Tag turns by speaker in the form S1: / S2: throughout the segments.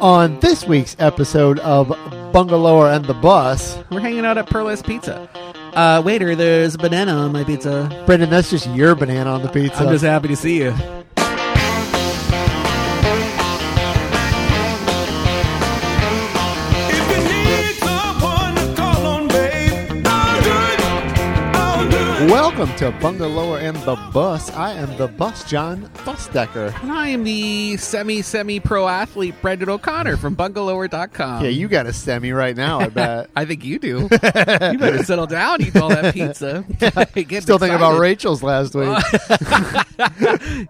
S1: On this week's episode of Bungalower and the Bus,
S2: We're hanging out at Perla's Pizza. Uh, waiter, there's a banana on my pizza.
S1: Brendan, that's just your banana on the pizza.
S2: I'm just happy to see you.
S3: If you need someone to call on, babe, I'll do it. I'll do it.
S1: Welcome to Bungalower and the Bus. I am the bus, John Busdecker.
S2: And I am the semi semi pro athlete Brendan O'Connor from bungalower.com.
S1: Yeah, you got a semi right now, I bet.
S2: I think you do. you better settle down, eat all that pizza. Get
S1: Still thinking about
S2: excited.
S1: Rachel's last week.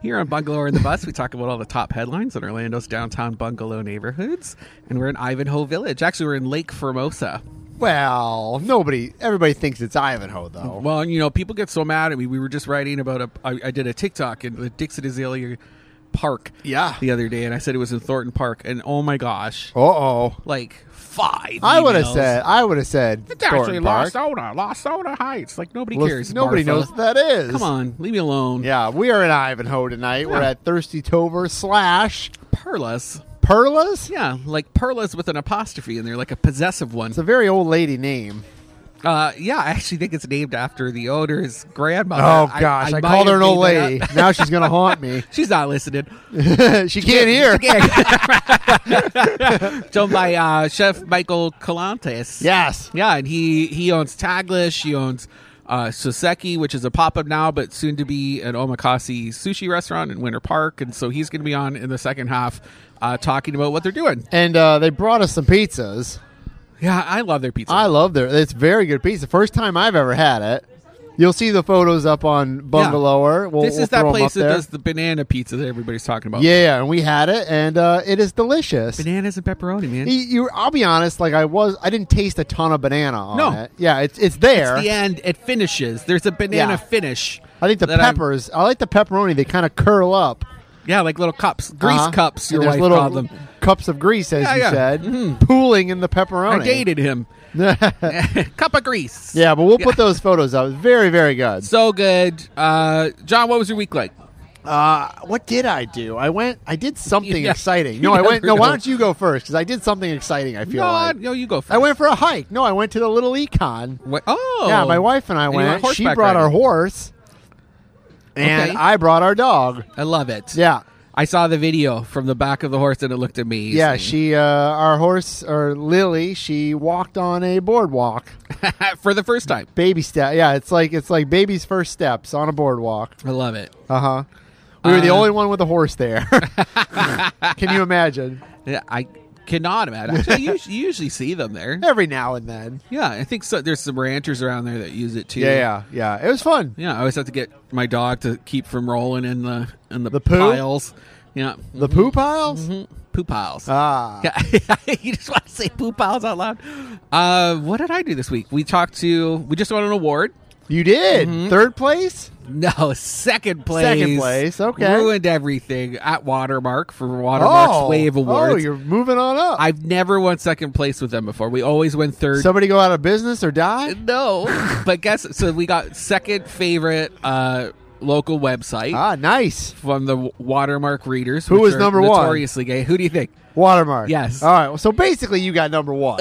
S2: Here on Bungalower in the Bus, we talk about all the top headlines in Orlando's downtown bungalow neighborhoods. And we're in Ivanhoe Village. Actually, we're in Lake Formosa.
S1: well, nobody, everybody thinks it's Ivanhoe, though.
S2: Well, and, you know, people get so mad at me. We were just writing about a. I, I did a TikTok in the Dixon Azalea Park
S1: Yeah.
S2: the other day, and I said it was in Thornton Park, and oh my gosh,
S1: Uh oh.
S2: like five.
S1: I would have
S2: emails.
S1: said, I would have said,
S2: It's actually
S1: Thornton Park.
S2: Lost Ona, Lost Ona Heights. Like nobody
S1: Well,
S2: cares.
S1: nobody
S2: Marfa.
S1: knows what that is.
S2: Come on, leave me alone.
S1: Yeah, we are in Ivanhoe tonight. We're
S2: Yeah.
S1: at Thirsty Tover slash
S2: Perlas.
S1: Perlas.
S2: Yeah, like Perlas with an apostrophe in there, like a possessive one.
S1: It's a very old lady name.
S2: Uh, yeah, I actually think it's named after the owner's grandmother.
S1: Oh gosh, I,
S2: might
S1: called her an
S2: have
S1: old
S2: made that
S1: lady.
S2: up.
S1: now she's gonna haunt me.
S2: She's not listening.
S1: she can't hear.
S2: So by uh, Chef Michael Colantes.
S1: Yes.
S2: Yeah, and he he owns Taglish. He owns uh, Soseki, which is a pop up now, but soon to be an omakase sushi restaurant in Winter Park. And so he's going to be on in the second half, uh, talking about what they're doing.
S1: And uh, they brought us some pizzas.
S2: Yeah, I love their pizza.
S1: I love their. It's very good pizza. First time I've ever had it. You'll see the photos up on Bungalower. We'll,
S2: this
S1: we'll
S2: is that
S1: throw 'em
S2: place
S1: up
S2: that
S1: there.
S2: does the banana pizza that everybody's talking about.
S1: Yeah, yeah, and we had it, and uh, it is delicious.
S2: bananas and pepperoni, man.
S1: Y- You, I'll be honest. Like I was, I didn't taste a ton of banana on
S2: No.
S1: it. Yeah, it's it's there.
S2: At the end, it finishes. There's a banana
S1: Yeah.
S2: finish.
S1: I think the
S2: that I'm-
S1: peppers. i like the pepperoni. They kind of curl up,
S2: yeah, like little cups, grease
S1: Uh-huh.
S2: cups.
S1: And
S2: Your
S1: there's
S2: wife
S1: little
S2: called them.
S1: cups of grease, as
S2: Yeah,
S1: you
S2: yeah.
S1: said, pooling in the
S2: I
S1: pepperoni.
S2: dated him. Cup of grease.
S1: Yeah, but we'll put those photos up. Very, very good.
S2: So good. Uh, John, what was your week like?
S1: Uh, what did I do? I went. I did something
S2: Yeah.
S1: exciting.
S2: You
S1: No, I went.
S2: never
S1: No, why
S2: know.
S1: don't you go first? Because I did something exciting. I feel
S2: no,
S1: like
S2: no, you go first.
S1: I went for a hike. No, I went to the Little Econ.
S2: Wait, oh.
S1: Yeah, my wife and I
S2: And you
S1: went.
S2: went
S1: she
S2: horseback
S1: brought our
S2: riding.
S1: horse, and
S2: Okay.
S1: I brought our dog.
S2: I love it.
S1: Yeah,
S2: I saw the video from the back of the horse and it looked amazing.
S1: yeah. She, uh, our horse, or Lily, she walked on a boardwalk.
S2: for the first time.
S1: Baby step. Yeah, it's like it's like baby's first steps on a boardwalk.
S2: I love it.
S1: Uh huh. We were the
S2: Uh,
S1: only one with a horse there. Can you imagine?
S2: Yeah, I cannot imagine. Actually, you, us- you usually see them there.
S1: Every now and then.
S2: Yeah, I think so. There's some ranchers around there that use it too.
S1: Yeah, yeah, yeah. It was fun.
S2: Yeah, I always have to get my dog to keep from rolling in the in the,
S1: The poo?
S2: piles. Yeah,
S1: The poo piles.
S2: Mhm. poo piles.
S1: Ah,
S2: Yeah, you just want to say poo piles out loud. Uh, what did I do this week? We talked to. We just won an award.
S1: you did third place.
S2: No, second place.
S1: Second place, okay.
S2: Ruined everything at Watermark for Watermark's Wave Awards.
S1: oh, you're moving on up.
S2: I've never won second place with them before. We always win third.
S1: Somebody go out of business or die.
S2: no, but guess so. We got second favorite uh, local website.
S1: Ah, nice
S2: from the Watermark readers.
S1: Who
S2: which
S1: was
S2: are
S1: number one?
S2: Notoriously gay. Who do you think?
S1: watermark.
S2: Yes.
S1: All right. Well, so basically, you got number one.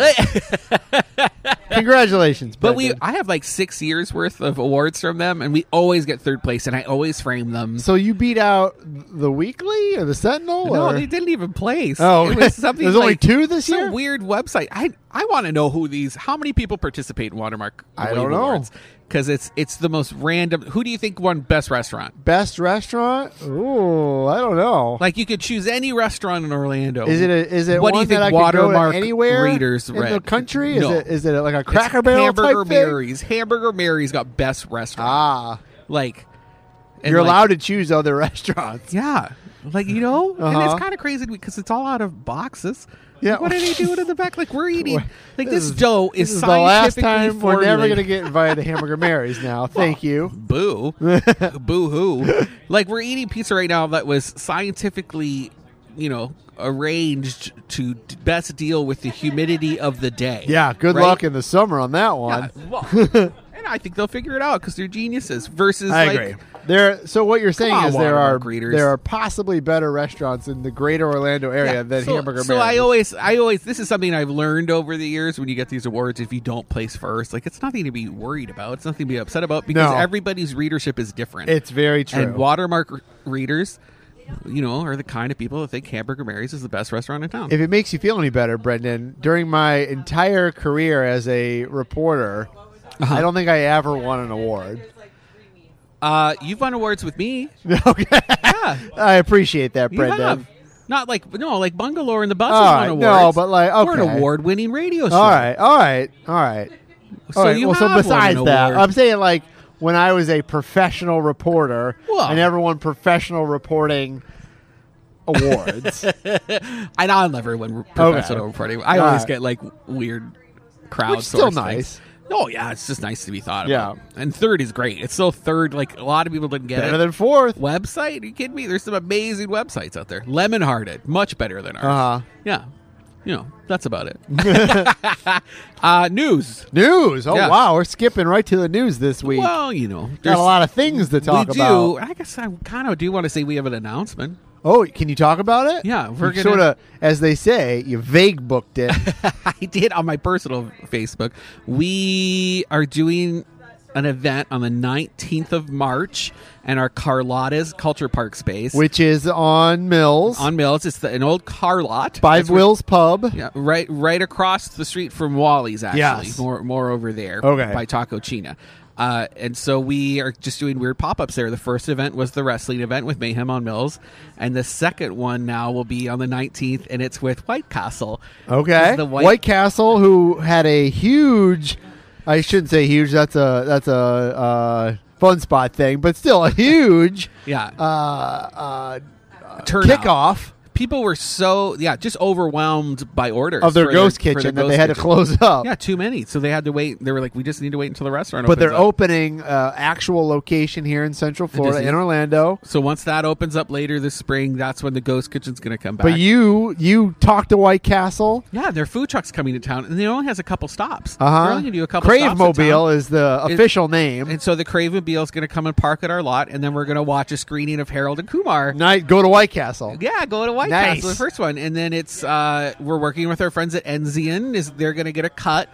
S1: Congratulations.
S2: But we,
S1: Brendan.
S2: I have like six years worth of awards from them, and we always get third place, and I always frame them.
S1: So you beat out the Weekly or the Sentinel?
S2: no,
S1: or?
S2: they didn't even place.
S1: Oh,
S2: it was something.
S1: there's only
S2: like-
S1: two this
S2: some
S1: year?
S2: Weird website. I I want to know who these. How many people participate in Watermark?
S1: I don't know.
S2: because it's it's the most random. Who do you think won best restaurant?
S1: best restaurant. Ooh, I don't know.
S2: Like you could choose any restaurant in Orlando.
S1: Is it a, is it
S2: What do
S1: one
S2: you think
S1: that I could go to
S2: Watermark
S1: anywhere
S2: readers
S1: in the
S2: read?
S1: country? Is
S2: No.
S1: it is it like a
S2: It's
S1: Cracker Barrel
S2: Hamburger
S1: type thing?
S2: Mary's. Hamburger Mary's got best restaurant.
S1: Ah,
S2: like and
S1: you're
S2: like-
S1: allowed to choose other restaurants.
S2: yeah like you know and
S1: Uh-huh.
S2: it's kind of crazy because it's all out of boxes
S1: Yeah.
S2: Like, what are they doing in the back like we're eating like
S1: This
S2: this,
S1: is-
S2: dough is,
S1: This is the last time
S2: scientifically
S1: we're never going to
S2: formulated.
S1: get invited to Hamburger Mary's now. Thank you.
S2: boo boo hoo like we're eating pizza right now that was scientifically you know arranged to d- best deal with the humidity of the day
S1: Yeah, good
S2: right?
S1: luck in the summer on that one.
S2: Yeah, well, and I think they'll figure it out because they're geniuses. Versus,
S1: I
S2: like,
S1: agree. There. So what you're saying
S2: on,
S1: is there
S2: Watermark
S1: are
S2: readers.
S1: there are possibly better restaurants in the greater Orlando area than
S2: so,
S1: Hamburger
S2: so
S1: Mary's.
S2: I always, I always, this is something I've learned over the years. When you get these awards, if you don't place first, like it's nothing to be worried about. It's nothing to be upset about because
S1: No.
S2: everybody's readership is different.
S1: It's very true.
S2: and watermark re- readers, you know, are the kind of people that think Hamburger Mary's is the best restaurant in town.
S1: if it makes you feel any better, Brendan, during my entire career as a reporter,
S2: Uh-huh.
S1: I don't think I ever won an award.
S2: uh, you've won awards with me.
S1: okay.
S2: Yeah,
S1: I appreciate that,
S2: you
S1: Brendan.
S2: have. Not like no, like Bungalore and the Bus
S1: All
S2: has won
S1: right,
S2: awards.
S1: no, Oh, but, like,
S2: we're an
S1: okay.
S2: award-winning radio show.
S1: All right, all right, all right.
S2: so
S1: all right.
S2: you
S1: well, so
S2: have won an
S1: besides that,
S2: award.
S1: I'm saying like when I was a professional reporter,
S2: Well.
S1: I never won professional reporting awards.
S2: And I'll never win professional
S1: Okay.
S2: reporting. I
S1: All
S2: always
S1: right.
S2: get like weird crowds.
S1: Which is still nice.
S2: Oh yeah, it's just nice to be thought
S1: Yeah.
S2: about. And third is great. It's still third. Like a lot of people didn't get
S1: Better
S2: it.
S1: than fourth.
S2: Website? Are you kidding me? There's some amazing websites out there. Lemon Hearted, much better than ours.
S1: Uh-huh.
S2: Yeah, you know that's about it. uh, news.
S1: News. Oh
S2: Yeah.
S1: wow, we're skipping right to the news this week.
S2: Well, you know,
S1: Got a lot of things to talk
S2: we
S1: about.
S2: do. I guess I kind of do want to say we have an announcement.
S1: Oh, can you talk about it?
S2: Yeah, we're gonna-
S1: sort of, as they say, you vague booked it.
S2: I did on my personal Facebook. We are doing an event on the 19th of March in our Carlotta's Culture Park space.
S1: which is on Mills
S2: on Mills, it's the, an old car lot.
S1: by
S2: That's where-
S1: Will's Pub.
S2: yeah, right, right across the street from Wally's. Actually,
S1: Yes.
S2: more, more over there.
S1: Okay.
S2: by Taco China. Uh, and so we are just doing weird pop ups there. The first event was the wrestling event with Mayhem on Mills, and the second one now will be on the 19th, and it's with White Castle.
S1: Okay,
S2: It's the
S1: White Castle, who had a huge, I shouldn't say huge. That's a that's a uh, fun spot thing, but still a huge
S2: yeah,
S1: uh, uh,
S2: turnout.
S1: kickoff
S2: people were so yeah just overwhelmed by orders
S1: of their
S2: for
S1: ghost
S2: for their
S1: kitchen that
S2: ghost
S1: they had to
S2: kitchen.
S1: close up.
S2: yeah too many so they had to wait they were like we just need to wait until the restaurant
S1: but
S2: opens
S1: they're
S2: up.
S1: opening uh, actual location here in Central Florida
S2: Disney-
S1: in Orlando.
S2: so once that opens up later this spring that's when the ghost kitchen's gonna come back
S1: But you you talked to White Castle.
S2: yeah their food truck's coming to town and it only has a couple stops
S1: Uh
S2: they're
S1: huh.
S2: only gonna do a couple
S1: Crave
S2: stops in
S1: Mobile
S2: town.
S1: is the
S2: It-
S1: official name.
S2: and so the Crave Mobile is going to come and park at our lot, and then we're going to watch a screening of Harold and Kumar.
S1: Night go to White Castle.
S2: Yeah, go to White
S1: Nice.
S2: Castle, the first one, and then it's uh, we're working with our friends at Enzian. Is they're going to get a cut.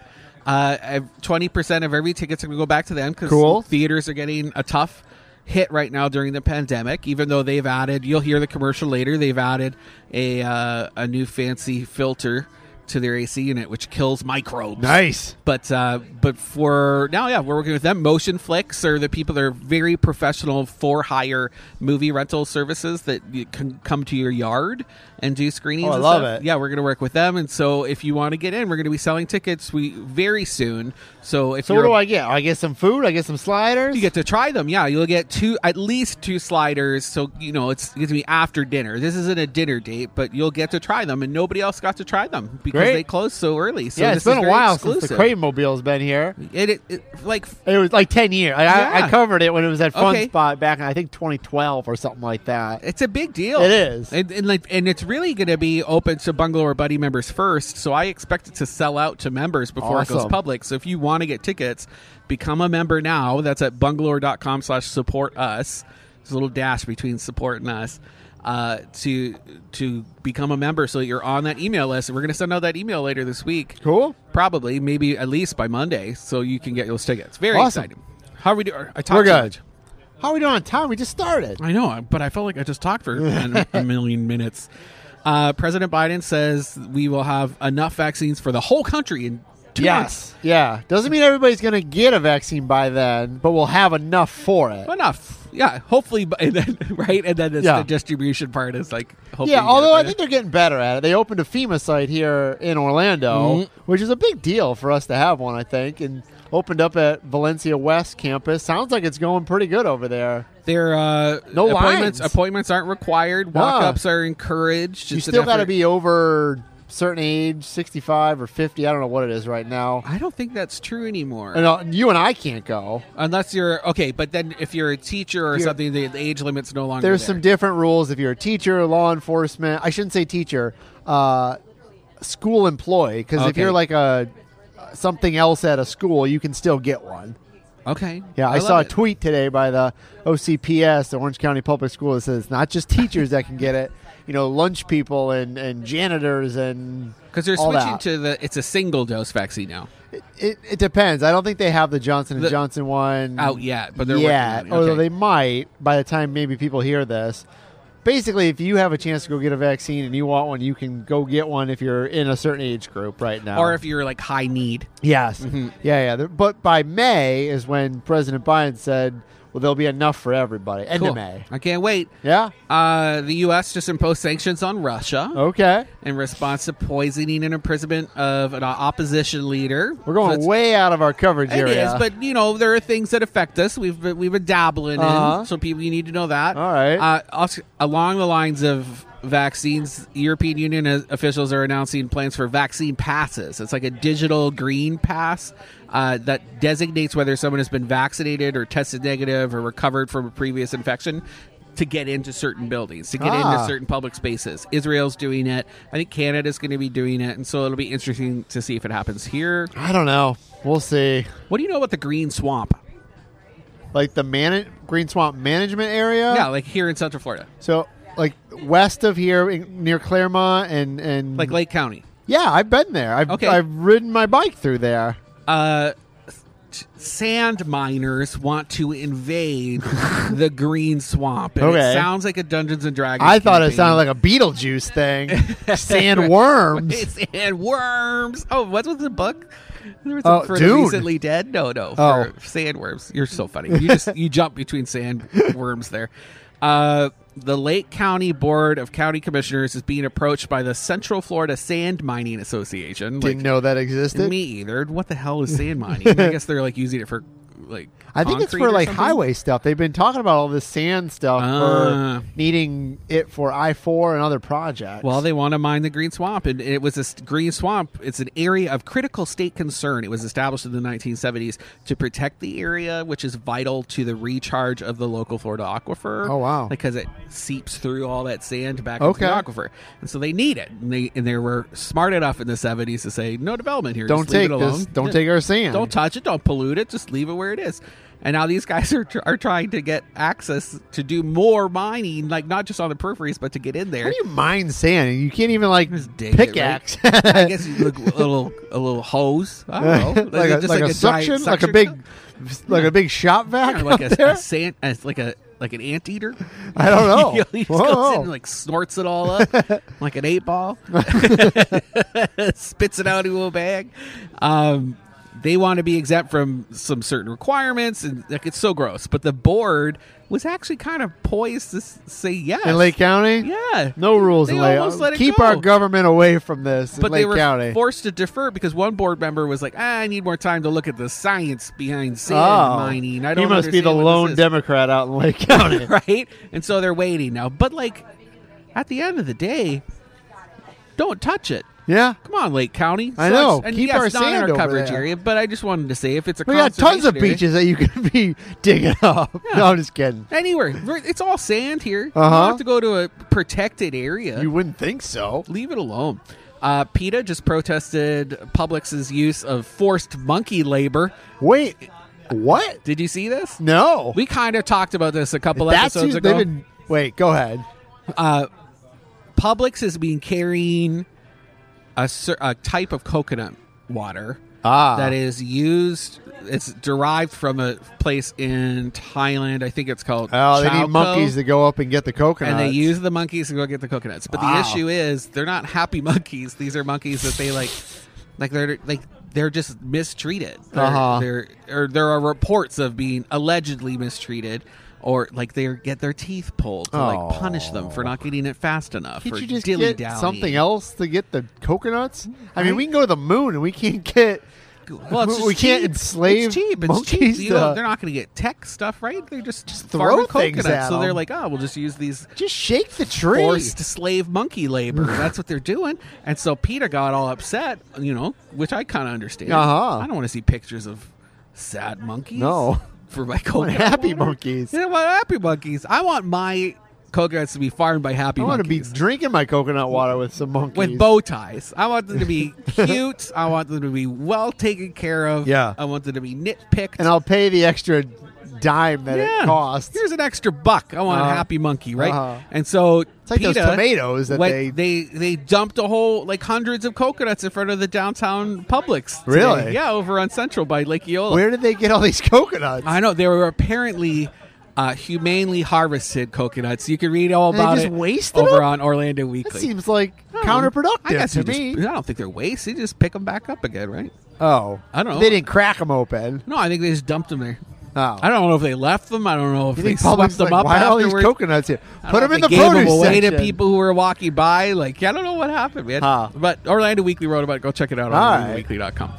S2: Uh, Twenty percent of every ticket's going to go back to them because
S1: Cool.
S2: theaters are getting a tough hit right now during the pandemic. Even though they've added, you'll hear the commercial later. They've added a uh, a new fancy filter to their AC unit, which kills microbes.
S1: Nice.
S2: But uh, but for now, yeah, we're working with them. Motion Flicks are the people that are very professional for hire movie rental services that you can come to your yard and do screenings.
S1: Oh, I
S2: and
S1: love
S2: stuff.
S1: it.
S2: Yeah, we're going to work with them. And so if you want to get in, we're going to be selling tickets we very soon. So if
S1: So
S2: you're
S1: what do
S2: a-
S1: I get? I get some food. I get some sliders.
S2: you get to try them. Yeah, you'll get two, at least two sliders. So you know it's going to be after dinner. This isn't a dinner date, but you'll get to try them, and nobody else got to try them because
S1: Great.
S2: they closed so early. So
S1: yeah,
S2: this
S1: it's been
S2: is
S1: a
S2: very
S1: while
S2: exclusive.
S1: since the Crave Mobile's been here.
S2: It, it, it like
S1: It was like ten years. I, I,
S2: Yeah.
S1: I covered it when it was at Fun
S2: Okay.
S1: Spot back in I think 2012 or something like that.
S2: It's a big deal.
S1: It is.
S2: and, and like, and it's really going to be open to Bungalow or Buddy members first. So I expect it to sell out to members before it
S1: Awesome.
S2: goes public. So if you want to get tickets, become a member now. That's at bungalow.com slash support us. There's a little dash between support and us. Uh, to to become a member, so that you're on that email list. And we're going to send out that email later this week,
S1: Cool.
S2: probably, maybe at least by Monday, so you can get those tickets. Very
S1: Awesome.
S2: exciting. How are we doing? I talked
S1: We're
S2: so
S1: good.
S2: much.
S1: How are we doing on time? We just started.
S2: I know, but I felt like I just talked for a a million minutes. Uh, President Biden says we will have enough vaccines for the whole country in two months.
S1: Yes. Yeah. Doesn't mean everybody's going to get a vaccine by then, but we'll have enough for it.
S2: Enough, yeah. Hopefully, b- and then, right, and then it's
S1: Yeah.
S2: the distribution part is like, hopefully
S1: Yeah,
S2: you get
S1: although
S2: it
S1: I
S2: by
S1: think
S2: then.
S1: they're getting better at it. They opened a FEMA site here in Orlando,
S2: Mhm.
S1: which is a big deal for us to have one, I think, and opened up at Valencia West campus. Sounds like it's going pretty good over there.
S2: their uh,
S1: No
S2: appointments
S1: lines.
S2: appointments aren't required. Walk ups are encouraged.
S1: you
S2: It's an
S1: still got to
S2: effort-
S1: be over certain age, 65 or 50. I don't know what it is right now.
S2: I don't think that's true anymore.
S1: And uh, you and I can't go.
S2: Unless you're okay, but then if you're a teacher or
S1: You're-
S2: something, the, the age limit's no longer.
S1: There's
S2: there.
S1: some different rules if you're a teacher, law enforcement. I shouldn't say teacher, uh, school employee, because if
S2: Okay.
S1: you're like a something else at a school, you can still get one.
S2: Okay.
S1: Yeah, I,
S2: love
S1: saw a
S2: it.
S1: tweet today by the OCPS, the Orange County Public School, that says it's not just teachers that can get it. You know, lunch people and, and janitors and
S2: because they're
S1: all
S2: switching
S1: that.
S2: to the it's a single dose vaccine now
S1: It, it, it depends. I don't think they have the Johnson and
S2: The-
S1: Johnson one
S2: out yet, but they're
S1: yet,
S2: working on it.
S1: although
S2: Okay.
S1: they might by the time maybe people hear this. Basically, if you have a chance to go get a vaccine and you want one, you can go get one if you're in a certain age group right now.
S2: or if Mm-hmm. you're like high need.
S1: Yes. Yeah, yeah. There- But by May is when President Biden said, well, there'll be enough for everybody. End
S2: Cool.
S1: of May.
S2: I can't wait.
S1: Yeah.
S2: Uh, the U.S. just imposed sanctions on Russia
S1: Okay.
S2: in response to poisoning and imprisonment of an opposition leader.
S1: We're going
S2: So
S1: way out of our coverage
S2: it's- It
S1: area.
S2: is, but you know there are things that affect us. We've been, we've been dabbling
S1: Uh-huh.
S2: in, so people you need to know that.
S1: All right.
S2: Uh, also, along the lines of vaccines, European Union uh, officials are announcing plans for vaccine passes. It's like a digital green pass uh, that designates whether someone has been vaccinated or tested negative or recovered from a previous infection. To get into certain buildings, to get
S1: Ah.
S2: into certain public spaces. Israel's doing it. I think Canada's going to be doing it. And so it'll be interesting to see if it happens here.
S1: I don't know. We'll see.
S2: What do you know about the green swamp?
S1: Like the man- Green Swamp management area.
S2: Yeah, like here in Central Florida,
S1: So, like west of here in, near Claremont and, and.
S2: like Lake County.
S1: Yeah, I've been there. I've,
S2: Okay.
S1: I've ridden my bike through there.
S2: Uh, s- sand miners want to invade the green swamp. And
S1: Okay.
S2: It sounds like a Dungeons and Dragons.
S1: I thought it
S2: campaign.
S1: sounded like a Beetlejuice thing. Sand worms.
S2: It's and worms. Oh, what was the book? There was
S1: Oh,
S2: a, for the
S1: Dune.
S2: recently dead. No, no.
S1: Oh.
S2: For sandworms. You're so funny. You just you jump between sandworms there. Uh, the Lake County Board of County Commissioners is being approached by the Central Florida Sand Mining Association.
S1: Didn't know that existed.
S2: Me either. What the hell is sand mining? I guess they're like using it for like.
S1: I think it's
S2: concrete
S1: for
S2: or
S1: like
S2: something?
S1: highway stuff. They've been talking about all this sand stuff
S2: Ah.
S1: for needing it for I four and other projects.
S2: Well, they want to mine the green swamp, and it was a s- green swamp. It's an area of critical state concern. It was established in the 1970s to protect the area, which is vital to the recharge of the local Florida aquifer.
S1: Oh, wow.
S2: Because it seeps through all that sand back
S1: Okay.
S2: into the aquifer, and so they need it. And they and they were smart enough in the 70s to say no development here.
S1: don't
S2: Just leave
S1: take
S2: it alone.
S1: this. Don't
S2: Yeah.
S1: take our sand.
S2: Don't touch it. Don't pollute it. Just leave it where it is. And now these guys are, tr- are trying to get access to do more mining, like not just on the peripheries, but to get in
S1: How
S2: there.
S1: do you mine sand? You can't even like
S2: Just dig it, right?
S1: pickaxe.
S2: I guess you look a little a little hose. I don't know,
S1: like a,
S2: just
S1: like a
S2: giant
S1: suction, like a
S2: suction
S1: big,
S2: cup?
S1: like a big shop vac.
S2: Or like
S1: up
S2: a,
S1: there?
S2: a sand, a, like a like an anteater.
S1: I don't know.
S2: he just
S1: Whoa.
S2: goes in and like snorts it all up like an eight ball, spits it out into a bag. Um, they want to be exempt from some certain requirements, and like it's so gross. But the board was actually kind of poised to s- say yes.
S1: in Lake County.
S2: yeah,
S1: No rules
S2: They
S1: in Lake.
S2: almost let it
S1: Keep
S2: go.
S1: our government away from this in
S2: but
S1: Lake
S2: they were
S1: County.
S2: forced to defer because one board member was like, "Ah, "I need more time to look at the science behind sand
S1: Oh.
S2: mining." I
S1: he
S2: don't.
S1: must be the
S2: understand what this
S1: lone
S2: is."
S1: Democrat out in Lake County.
S2: right? And so they're waiting now. But like at the end of the day, don't touch it.
S1: yeah,
S2: Come on, Lake County.
S1: I
S2: So
S1: know.
S2: it's- And
S1: Keep
S2: yes,
S1: our
S2: not in
S1: sand
S2: our
S1: over
S2: coverage
S1: there.
S2: area, but I just wanted to say if it's a
S1: We got tons of
S2: conservation area-
S1: beaches that you could be digging up. No, I'm just kidding.
S2: Anywhere. We're- It's all sand here. You
S1: Uh-huh.
S2: don't have to go to a protected area.
S1: You wouldn't think so.
S2: Leave it alone. Uh, PETA just protested Publix's use of forced monkey labor.
S1: Wait, what?
S2: Did you see this?
S1: No.
S2: We kind of talked about this a couple
S1: Mm. That's
S2: episodes
S1: who-
S2: ago.
S1: they've been. Wait, go ahead.
S2: uh, Publix has been carrying a, cer- a type of coconut water
S1: Ah.
S2: that is used. It's derived from a place in Thailand. I think it's called.
S1: Oh, they
S2: Chao
S1: need monkeys
S2: Co,
S1: to go up and get the coconuts.
S2: and they use the monkeys to go get the coconuts. But
S1: Wow.
S2: the issue is they're not happy monkeys. These are monkeys that they like, like they're like they're just mistreated. They're,
S1: Uh-huh.
S2: they're or there are reports of being allegedly mistreated. Or like they get their teeth pulled to
S1: Oh.
S2: like punish them for not getting it fast enough.
S1: Can't
S2: or
S1: you just
S2: dilly
S1: get something else to get the coconuts? I mean, we can go to the moon and we can't get.
S2: Well,
S1: we
S2: it's just
S1: we can't
S2: cheap.
S1: enslave
S2: It's cheap. It's
S1: monkeys.
S2: cheap. You
S1: to- uh,
S2: know, they're not going to get tech stuff, right? They're just,
S1: throw
S2: farming
S1: things
S2: coconuts.
S1: at
S2: so they're
S1: them.
S2: like, oh, we'll just use these
S1: just shake the tree.
S2: forced slave monkey labor. That's what they're doing. And so Peter got all upset, you know, which I kind of understand.
S1: Uh-huh.
S2: I don't want to see pictures of sad monkeys.
S1: No.
S2: For
S1: I
S2: my
S1: want
S2: coconut
S1: happy
S2: water.
S1: monkeys.
S2: Yeah, well, happy monkeys. I want my coconuts to be farmed by happy
S1: I want to be
S2: monkeys.
S1: drinking my coconut water with some monkeys.
S2: with bow ties. I want them to be cute. I want them to be well taken care of.
S1: Yeah.
S2: I want them to be nitpicked.
S1: and I'll pay the extra dime that
S2: yeah.
S1: it costs.
S2: Here's an extra buck. I want a
S1: Uh-huh.
S2: happy monkey, right?
S1: Uh-huh.
S2: And so
S1: It's like those
S2: PETA
S1: tomatoes that
S2: went-
S1: they-
S2: they they dumped a whole like hundreds of coconuts in front of the downtown Publix. today.
S1: Really?
S2: Yeah, over on Central by Lake Eola.
S1: Where did they get all these coconuts?
S2: I know they were apparently uh, humanely harvested coconuts. You can read all
S1: And they
S2: about
S1: just
S2: it
S1: wasted
S2: over
S1: them?
S2: on Orlando
S1: that
S2: Weekly.
S1: seems like
S2: I don't know.
S1: counterproductive
S2: I guess
S1: to
S2: you
S1: me.
S2: Just, I don't think they're waste. They just pick them back up again, right?
S1: oh,
S2: I don't know.
S1: They didn't crack them open.
S2: No, I think they just dumped them there.
S1: Oh.
S2: I don't know if they left them. I don't know if
S1: You
S2: they
S1: think Publix
S2: swept them
S1: like,
S2: up
S1: why are all
S2: afterwards.
S1: these coconuts here?
S2: I
S1: Put them
S2: don't know
S1: in
S2: if
S1: the
S2: they gave
S1: produce
S2: them away
S1: section.
S2: to people who were walking by. Like I don't know what happened, man.
S1: Huh.
S2: But Orlando Weekly wrote about it. Go check it out
S1: All
S2: on
S1: right.
S2: OrlandoWeekly.com.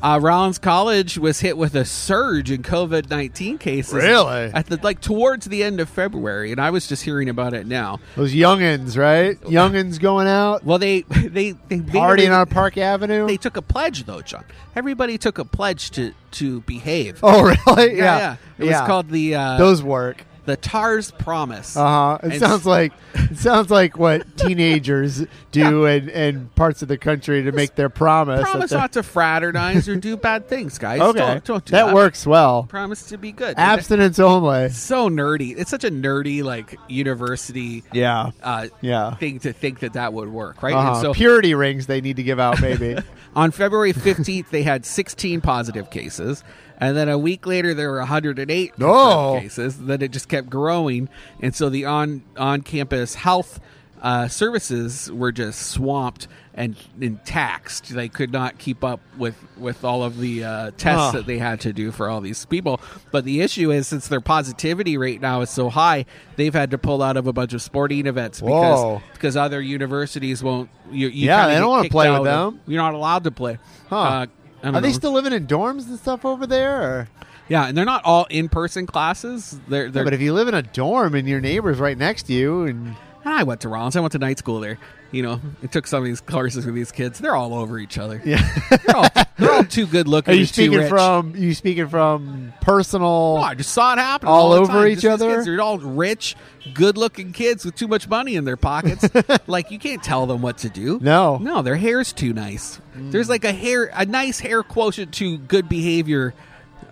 S2: Uh, Rollins College was hit with a surge in COVID nineteen cases.
S1: Really?
S2: At the like towards the end of February, and I was just hearing about it now.
S1: Those youngins, right? Youngins going out,
S2: Well, they they they
S1: partying on
S2: up.
S1: Park Avenue.
S2: They took a pledge though, John. Everybody took a pledge to to behave.
S1: oh, really?
S2: yeah, yeah. It
S1: yeah.
S2: was called the uh,
S1: Those work.
S2: the Tars Promise.
S1: Uh huh. It
S2: And-
S1: sounds like it sounds like what teenagers do in, in parts of the country to make their promise. that
S2: promise
S1: they're-
S2: not to fraternize or do bad things, guys.
S1: okay,
S2: Don't, don't do
S1: that,
S2: that.
S1: works well.
S2: Promise to be good.
S1: Abstinence only.
S2: It's so nerdy. It's such a nerdy like university
S1: Yeah,
S2: uh,
S1: yeah.
S2: thing to think that that would work, right?
S1: Uh-huh.
S2: And so
S1: Purity rings they need to give out, maybe.
S2: on February 15th, they had 16 positive cases. And then a week later, there were 108
S1: No.
S2: confirmed cases. Then it just kept growing. And so the on on campus health uh, services were just swamped and, and taxed. They could not keep up with, with all of the uh, tests
S1: Huh.
S2: that they had to do for all these people. But the issue is, since their positivity rate now is so high, they've had to pull out of a bunch of sporting events because,
S1: Whoa.
S2: because other universities won't. You, you
S1: Yeah,
S2: kinda
S1: they
S2: get
S1: don't wanna
S2: kicked
S1: play with
S2: out of-
S1: them.
S2: you're not allowed to play.
S1: Huh.
S2: Uh, I don't
S1: Are they
S2: know.
S1: still living in dorms and stuff over there? Or?
S2: Yeah, and they're not all in-person classes. They're, they're
S1: But if you live in a dorm and your neighbor's right next to you, and
S2: And I went to Rollins. I went to night school there. You know, it took some of these courses with these kids. They're all over each other.
S1: yeah,
S2: They're all, they're all too good looking.
S1: are you
S2: and too
S1: speaking
S2: rich.
S1: from you speaking from
S2: No,
S1: personal?
S2: I just saw it happen
S1: All
S2: the
S1: over
S2: time.
S1: each
S2: Just these
S1: other?
S2: kids, They're all rich, good-looking kids with too much money in their pockets. like you can't tell them what to do.
S1: No.
S2: no, their hair's too nice. There's like a hair, a nice hair quotient to good behavior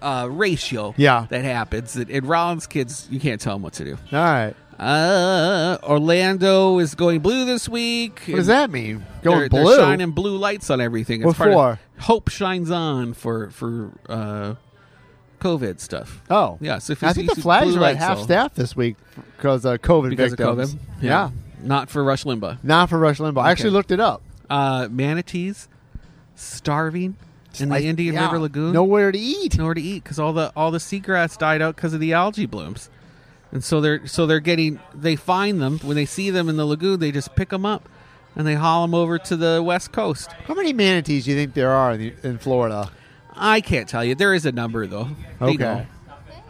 S2: uh, ratio.
S1: Yeah.
S2: that happens. And, and Rollins kids, you can't tell them what to do.
S1: All right,
S2: Uh, Orlando is going blue this week.
S1: what does that mean?
S2: They're,
S1: Going
S2: they're
S1: blue.
S2: shining blue lights on everything. It's
S1: What
S2: part of-
S1: for?
S2: Hope shines on for for uh, COVID stuff.
S1: Oh,
S2: yeah. So if you
S1: I
S2: see-
S1: think the
S2: see
S1: flags
S2: blue
S1: are at
S2: lights,
S1: half
S2: though,
S1: staff this week because uh, COVID
S2: because
S1: victims.
S2: of COVID.
S1: yeah.
S2: not for Rush Limbaugh.
S1: not for Rush Limbaugh. I actually looked it up.
S2: Uh, manatees starving in the
S1: I-
S2: Indian
S1: yeah,
S2: River Lagoon.
S1: nowhere to eat.
S2: nowhere to eat because all the all the seagrass died out because of the algae blooms, and so they're so they're getting they find them when they see them in the lagoon they just pick them up, and they haul them over to the west coast.
S1: How many manatees do you think there are in, the, in Florida?
S2: I can't tell you there is a number though. They
S1: Okay,
S2: know.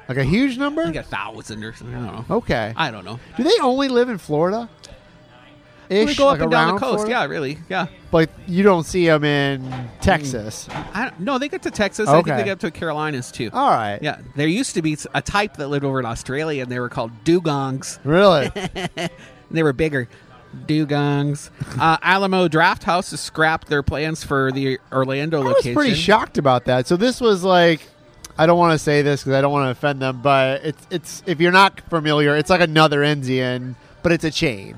S1: like a huge
S2: like
S1: number.
S2: a thousand or something. I don't know.
S1: Okay,
S2: I don't know.
S1: do they only live in Florida?
S2: We
S1: Ish,
S2: go up
S1: like
S2: and down the
S1: around
S2: coast.
S1: Florida?
S2: Yeah, really. Yeah.
S1: but you don't see them
S2: Hmm.
S1: in Texas.
S2: I don't, no, they get to Texas. I think
S1: Okay.
S2: they get up to Carolinas too.
S1: All right.
S2: Yeah, there used to be a type that lived over in Australia, and they were called dugongs.
S1: Really?
S2: They were bigger. Dugongs. Uh, Alamo Draft House has scrapped their plans for the Orlando
S1: I was
S2: location.
S1: pretty shocked about that. So this was like, I don't want to say this because I don't want to offend them, but it's it's if you're not familiar, it's like another Indian, but it's a chain.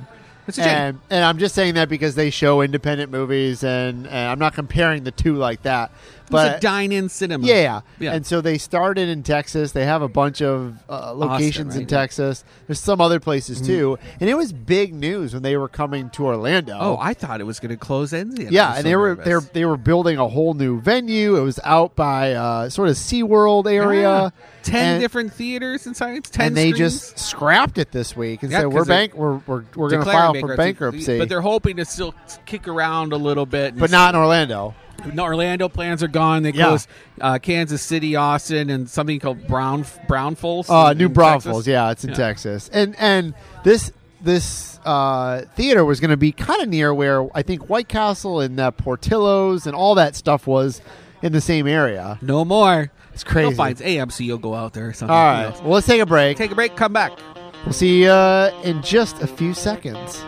S2: It's a chain.
S1: And, and I'm just saying that because they show independent movies, and, and I'm not comparing the two like that.
S2: It was
S1: But
S2: a dine-in cinema.
S1: Yeah,
S2: Yeah.
S1: And so they started in Texas. They have a bunch of uh, locations
S2: right? Mm-hmm.
S1: in Texas. There's some other places too. And it was big news when they were coming to Orlando.
S2: Oh, I thought it was going to close in.
S1: yeah, and they were they were- they were building a whole new venue. It was out by uh, sort of SeaWorld area.
S2: Ten
S1: and,
S2: different theaters and signs. Ten
S1: and they
S2: screens.
S1: just scrapped it this week and
S2: Yeah,
S1: said we're
S2: 'cause they
S1: bank we're we're, we're going to
S2: declared
S1: file for bankruptcy.
S2: But they're hoping to still kick around a little bit. and
S1: but not in Orlando.
S2: No, Orlando plans are gone. They
S1: Yeah.
S2: closed uh, Kansas City, Austin, and something called Brown Brownfuls.
S1: Uh,
S2: in-
S1: New
S2: in
S1: Braunfels,
S2: Texas.
S1: yeah, it's in
S2: Yeah.
S1: Texas, and and this this uh, theater was going to be kind of near where I think White Castle and uh, Portillo's and all that stuff was in the same area.
S2: No more.
S1: It's crazy.
S2: They'll find AMC. You'll go out there or something.
S1: All
S2: you
S1: right,
S2: know.
S1: well, let's take a break.
S2: Take a break. Come back.
S1: We'll see you uh, in just a few seconds.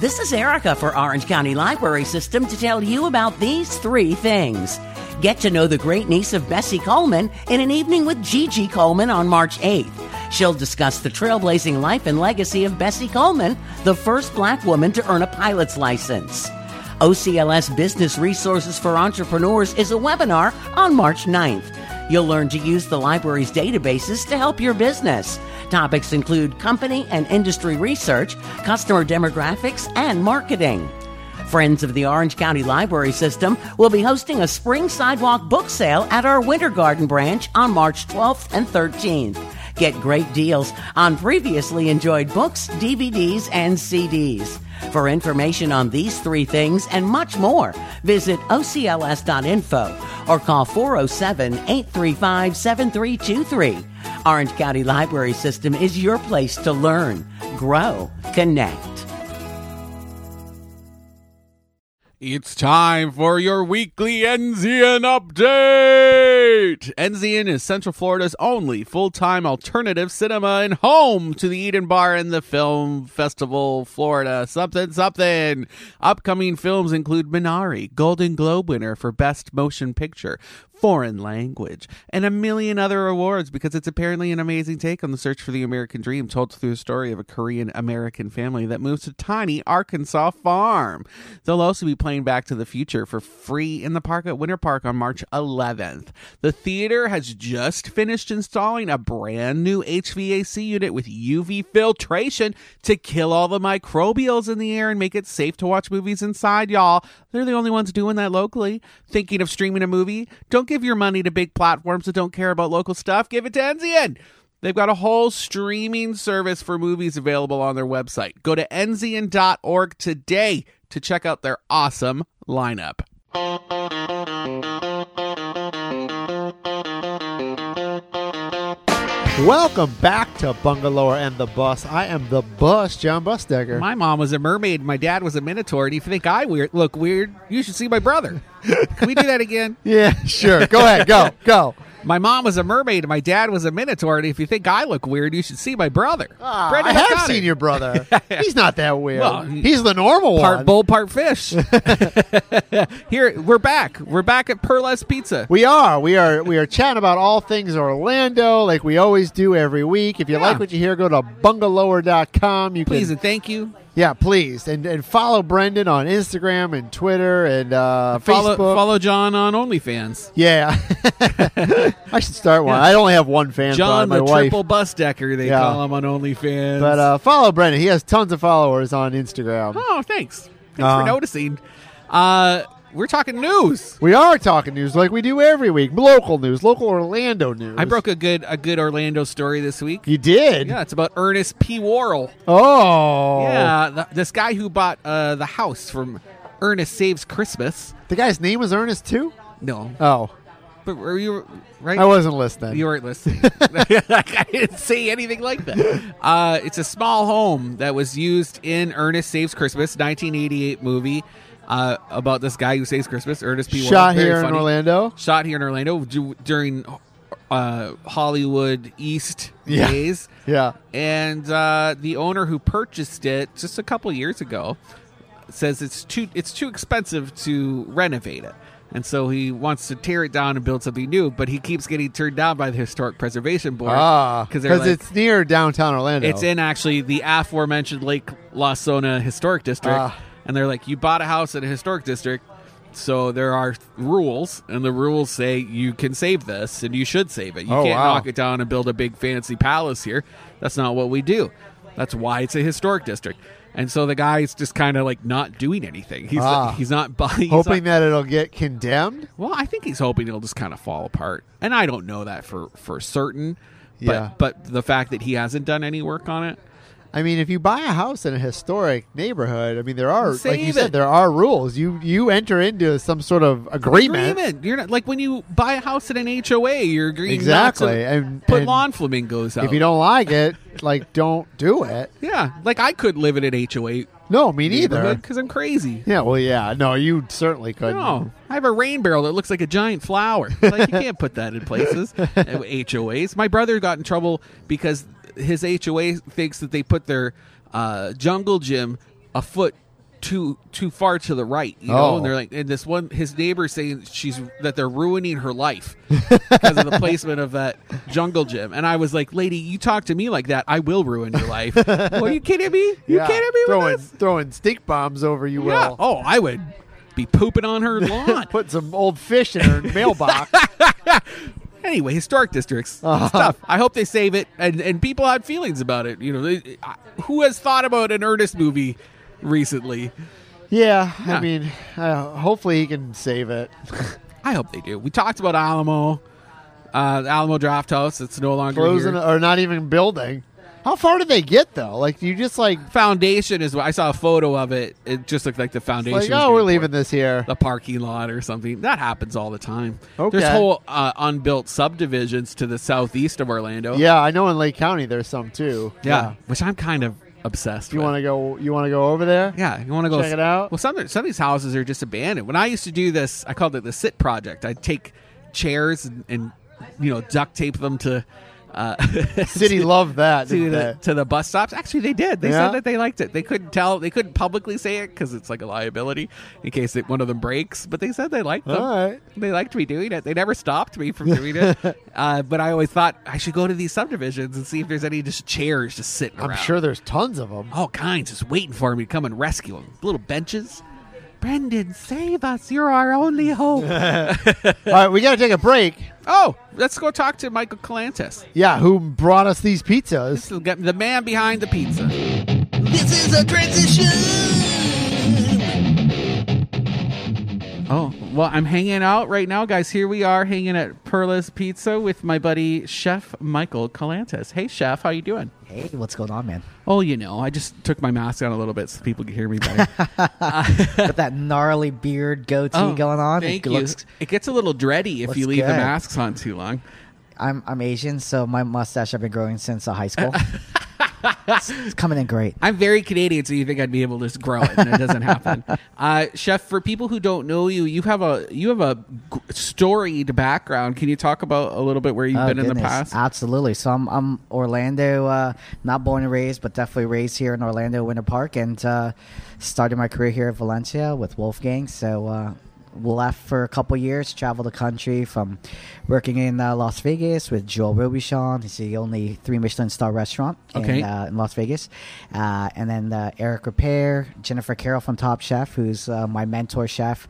S4: This is Erica for Orange County Library System to tell you about these three things. Get to know the great niece of Bessie Coleman in an evening with Gigi Coleman on March 8th. She'll discuss the trailblazing life and legacy of Bessie Coleman, the first black woman to earn a pilot's license. OCLS Business Resources for Entrepreneurs is a webinar on March 9th. You'll learn to use the library's databases to help your business. Topics include company and industry research, customer demographics, and marketing. Friends of the Orange County Library System will be hosting a spring sidewalk book sale at our Winter Garden branch on March 12th and 13th. Get great deals on previously enjoyed books, DVDs, and CDs. For information on these three things and much more, visit ocls.info or call 407 835 7323. Orange County Library System is your place to learn, grow, connect.
S2: It's time for your weekly Enzian update. Enzian is Central Florida's only full-time alternative cinema and home to the Eden Bar and the Film Festival Florida. Something something. Upcoming films include Minari, Golden Globe winner for Best Motion Picture, Foreign Language, and a million other awards because it's apparently an amazing take on the search for the American dream told through the story of a Korean American family that moves to tiny Arkansas farm. They'll also be playing Back to the Future for free in the park at Winter Park on March 11th. The theater has just finished installing a brand new HVAC unit with UV filtration to kill all the microbials in the air and make it safe to watch movies inside, y'all. They're the only ones doing that locally. Thinking of streaming a movie? Don't give your money to big platforms that don't care about local stuff. Give it to Enzian. They've got a whole streaming service for movies available on their website. Go to enzian.org today to check out their awesome lineup.
S1: Welcome back to Bungalower and the Bus. I am the bus, John Busdecker.
S2: My mom was a mermaid, my dad was a minotaur, and if you think I weird look weird, you should see my brother. Can we do that again?
S1: yeah, sure. Go ahead. Go. Go.
S2: My mom was a mermaid, and my dad was a minotaur, and if you think I look weird, you should see my brother.
S1: Ah, I
S2: Brendan
S1: have
S2: Scotti.
S1: seen your brother. He's not that weird.
S2: Well, he-
S1: He's the normal one.
S2: Part bull, part fish. Here we're back. We're back at Perles Pizza.
S1: We are. We are. We are chatting about all things Orlando, like we always do every week. If you like what you hear, go to bungalower.com. You
S2: Please
S1: can,
S2: and thank you.
S1: yeah, please, and and follow Brendan on Instagram and Twitter and uh,
S2: Follow
S1: Facebook.
S2: follow John on OnlyFans.
S1: Yeah, I should start one. I only have one fan.
S2: John
S1: John, my
S2: the
S1: wife.
S2: triple bus decker, they
S1: Yeah.
S2: call him on OnlyFans.
S1: But uh, follow Brendan. He has tons of followers on Instagram.
S2: oh, thanks. Thanks
S1: Uh,
S2: for noticing. Uh, we're talking news.
S1: We are talking news like we do every week. Local news, local Orlando news.
S2: I broke a good a good Orlando story this week.
S1: You did.
S2: Yeah, it's about Ernest P. Worrell.
S1: Oh.
S2: Yeah, th- this guy who bought uh, the house from Ernest Saves Christmas.
S1: The guy's name was Ernest too.
S2: No,
S1: Oh,
S2: but were you right?
S1: I wasn't listening.
S2: You weren't listening. I didn't say anything like that. Uh, it's a small home that was used in Ernest Saves Christmas, 1988 movie uh, about this guy who saves Christmas, Ernest P. Worrell.
S1: shot
S2: Very
S1: here in
S2: funny.
S1: Orlando.
S2: Shot here in Orlando du- during uh, Hollywood East
S1: Yeah.
S2: days.
S1: Yeah.
S2: and uh, the owner who purchased it just a couple years ago says it's too it's too expensive to renovate it and so he wants to tear it down and build something new but he keeps getting turned down by the historic preservation board
S1: Ah, because
S2: they're like,
S1: it's near downtown Orlando.
S2: it's in actually the aforementioned lake la zona historic district
S1: Ah.
S2: and they're like you bought a house in a historic district so there are rules and the rules say you can save this and you should save it you
S1: Oh,
S2: can't
S1: wow.
S2: knock it down and build a big fancy palace here that's not what we do that's why it's a historic district and so the guy's just kind of like not doing anything he's
S1: Ah.
S2: he's not buying he's
S1: hoping
S2: not-
S1: that it'll get condemned.
S2: well, I think he's hoping it'll just kind of fall apart, and I don't know that for for certain. But,
S1: Yeah.
S2: But the fact that he hasn't done any work on it,
S1: I mean, if you buy a house in a historic neighborhood, I mean, there are like you
S2: Save
S1: said,
S2: it.
S1: there are rules. You you enter into some sort of agreement.
S2: agreement. You're not like when you buy a house in an HOA, you're agreeing not to
S1: Exactly, and-
S2: put
S1: and
S2: lawn flamingos out.
S1: If you don't like it, like don't do it.
S2: Yeah, like I could live in an HOA
S1: No, me neither.
S2: because I'm crazy.
S1: Yeah, well, yeah, no, you certainly couldn't.
S2: No, I have a rain barrel that looks like a giant flower. It's Like you can't put that in places. HOAs. My brother got in trouble because his HOA thinks that they put their uh, jungle gym a foot too too far to the right. You know,
S1: Oh.
S2: and they're like, and this one, his neighbor saying she's that they're ruining her life because of the placement of that jungle gym. And I was like, lady, you talk to me like that, I will ruin your life. well, are you kidding me? You
S1: Yeah,
S2: kidding me?
S1: Throwing
S2: with this?
S1: throwing stink bombs over you
S2: Yeah.
S1: will.
S2: Oh, I would be pooping on her lawn.
S1: Put some old fish in her mailbox.
S2: anyway, historic districts.
S1: Uh-huh.
S2: It's tough. I hope they save it, and and people had feelings about it. You know, they, I, who has thought about an Ernest movie recently?
S1: yeah,
S2: Yeah.
S1: I mean, uh, hopefully he can save it.
S2: I hope they do. We talked about Alamo, uh, the Alamo Draft House. It's no longer
S1: Closing
S2: here.
S1: or not even building. How far did they get though? Like you just like
S2: Foundation is what I saw a photo of it. It just looked like the foundation.
S1: like
S2: was
S1: oh we're
S2: being poured.
S1: leaving this here.
S2: the parking lot or something. That happens all the time.
S1: Okay.
S2: There's whole uh, unbuilt subdivisions to the southeast of Orlando.
S1: Yeah, I know in Lake County there's some too.
S2: Yeah, which I'm kind of obsessed.
S1: You
S2: with.
S1: want to go? You want to go over there?
S2: Yeah, you want to go
S1: Check it out?
S2: Well, some some of these houses are just abandoned. When I used to do this, I called it the sit project. I'd take chairs and, and you know duct tape them to uh,
S1: City loved that.
S2: to
S1: didn't
S2: the,
S1: they?
S2: to the bus stops. Actually, they did. They
S1: Yeah?
S2: said that they liked it. They couldn't tell. They couldn't publicly say it because it's like a liability in case it, one of them breaks. But they said they liked them.
S1: All right.
S2: They liked me doing it. They never stopped me from doing it. Uh, but I always thought I should go to these subdivisions and see if there's any just chairs just sitting
S1: I'm
S2: around
S1: sure there's tons of them.
S2: all kinds just waiting for me to come and rescue him. Little benches. Brendan, save us. You're our only hope.
S1: All right, we got to take a break.
S2: oh, let's go talk to Michael Calantis,
S1: Yeah, who brought us these pizzas?
S2: the the man behind the pizza.
S5: This is a transition.
S2: Oh, well, I'm hanging out right now, guys. Here we are hanging at Perla's Pizza with my buddy Chef Michael Calantis. Hey, Chef, how you doing?
S5: Hey, what's going on, man?
S2: Oh, you know, I just took my mask down a little bit so people could hear me better.
S5: Got that gnarly beard goatee
S2: Oh,
S5: going on.
S2: Thank
S5: it
S2: you.
S5: looks-
S2: it gets a little dready if
S5: looks
S2: you leave the
S5: good.
S2: masks on too long.
S5: I'm I'm Asian, so my mustache I've been growing since uh, high school. it's, it's coming in great.
S2: I'm very Canadian, so you think I'd be able to just grow it, and it doesn't happen. Uh, Chef, for people who don't know you, you have a you have a g- storied background. Can you talk about a little bit where you've
S5: Oh,
S2: been in the
S5: goodness.
S2: past?
S5: Absolutely. So I'm I'm Orlando, uh, not born and raised, but definitely raised here in Orlando Winter Park, and uh, started my career here at Valencia with Wolfgang. So. Uh, Left for a couple years, traveled the country from working in uh, Las Vegas with Joel Robichon. He's the only three Michelin star restaurant
S2: Okay.
S5: in, uh, in Las Vegas. Uh, and then uh, Eric Repair, Jennifer Carroll from Top Chef, who's uh, my mentor chef.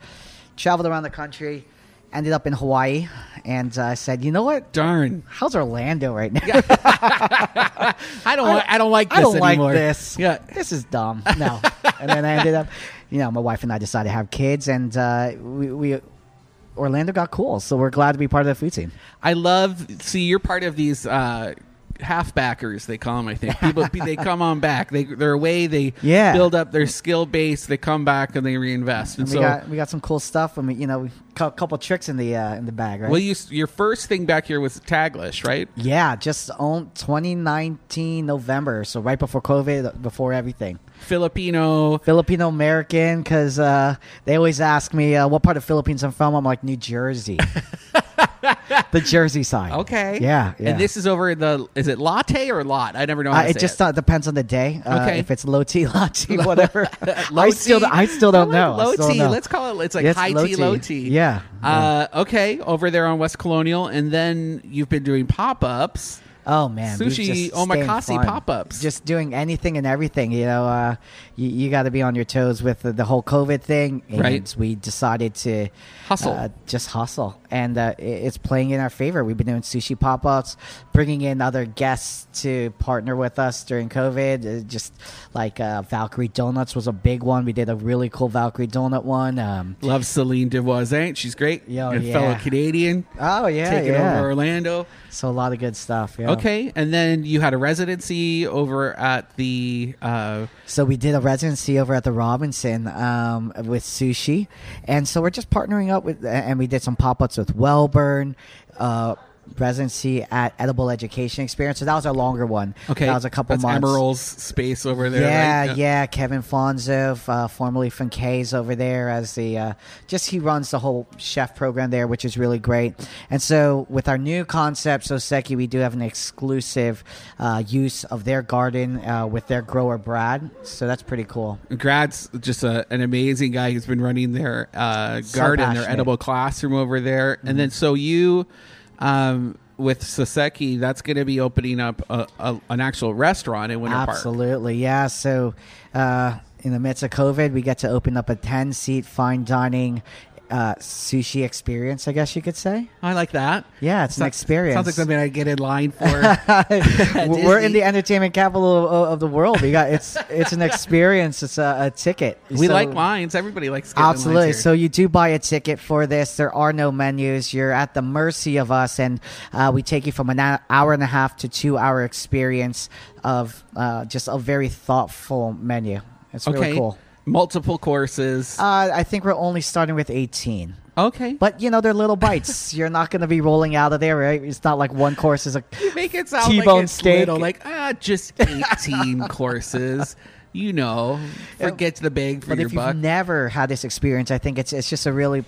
S5: Traveled around the country, ended up in Hawaii, and uh, said, you know what?
S2: Darn,
S5: How's Orlando right now?
S2: I don't I, I don't like this
S5: I don't like
S2: anymore.
S5: this.
S2: Yeah,
S5: This is dumb. No. and then I ended up, you know, my wife and I decided to have kids, and uh, we, we Orlando got cool, so we're glad to be part of the food scene.
S2: I love. See, you're part of these uh, halfbackers. They call them. I think people they come on back. They they're away. They
S5: Yeah.
S2: build up their skill base. They come back and they reinvest. And,
S5: And we
S2: so.
S5: got we got some cool stuff, and we, you know, we a couple tricks in the uh, in the bag, right?
S2: well, you, s- your first thing back here was Taglish, right?
S5: Yeah, just on 2019 November, so right before COVID, uh, before everything.
S2: Filipino.
S5: Filipino American, because uh, they always ask me uh, what part of Philippines I'm from. I'm like New Jersey, the Jersey side.
S2: Okay.
S5: Yeah. yeah.
S2: And this is over in the is it latte or lot? I never know. How
S5: Uh,
S2: to
S5: it
S2: say
S5: just uh, depends on the day. Uh,
S2: Okay.
S5: If it's low tea, low tea, whatever.
S2: Low
S5: I still,
S2: tea?
S5: I still don't
S2: I
S5: know.
S2: like
S5: I
S2: Low
S5: still don't
S2: tea.
S5: know.
S2: Let's call it. It's like
S5: It's
S2: high
S5: low
S2: tea, low tea.
S5: tea. Yeah,
S2: Uh, okay. Over there on West Colonial, and then you've been doing pop ups.
S5: Oh man, we've
S2: Sushi
S5: just
S2: omakase
S5: stayed fun.
S2: pop-ups.
S5: Just doing anything and everything. You know, uh, you, you got to be on your toes with the, the whole COVID thing. And
S2: Right.
S5: We decided to
S2: Hustle.
S5: uh, just hustle, and uh, i- it's playing in our favor. We've been doing sushi pop-ups, bringing in other guests to partner with us during COVID. Uh, just like uh, Valkyrie Donuts was a big one. We did a really cool Valkyrie Donut one. Um,
S2: Love Celine Devoisin. She's great.
S5: Yo,
S2: Your
S5: yeah.
S2: fellow Canadian.
S5: oh yeah,
S2: Taking
S5: yeah.
S2: over Orlando.
S5: So a lot of good stuff. Yeah.
S2: Okay. And then you had a residency over at the. Uh,
S5: So we did a residency over at the Robinson um, with sushi, and so we're just partnering up with, and we did some pop ups with Wellburn, uh, residency at Edible Education Experience. So that was a longer one.
S2: Okay,
S5: that was a couple
S2: that's
S5: months.
S2: Emerald's space over there.
S5: Yeah,
S2: right?
S5: yeah. Kevin Fonzo, uh, formerly from K's over there as the uh, just he runs the whole chef program there, which is really great. And so with our new concept, Soseki, we do have an exclusive uh, use of their garden uh, with their grower Brad. So that's pretty cool.
S2: Grad's just a, an amazing guy who's been running their uh, garden, their
S5: passionate. Mm-hmm.
S2: edible classroom over there. And then so you, um, with Saseki, that's going to be opening up a, a, an actual restaurant in Winter Park.
S5: Absolutely, yeah. So, uh, in the midst of COVID, we get to open up a ten-seat fine dining uh, sushi experience. I guess you could say.
S2: I like that.
S5: Yeah, it's an
S2: Sounds-
S5: experience.
S2: Sounds like something I get in line for.
S5: We're in
S2: Disney.
S5: the entertainment capital of, of the world. We got it's it's an experience. It's a, a ticket.
S2: we
S5: So-
S2: like lines. Everybody likes getting in lines
S5: Absolutely.
S2: here.
S5: So you do buy a ticket for this. There are no menus. You're at the mercy of us, and uh, we take you from an hou- hour and a half to two hour experience of uh, just a very thoughtful menu. It's
S2: okay,
S5: really cool.
S2: multiple courses.
S5: Uh, I think we're only starting with 18.
S2: okay,
S5: But you know they're little bites. You're not going to be rolling out of there, right? It's not like one course is a
S2: make it sound
S5: T-bone
S2: like it's
S5: steak.
S2: little, like ah, just eighteen courses. You know, forget the bang for
S5: But
S2: your
S5: if
S2: buck.
S5: you've never had this experience, I think it's it's just a really,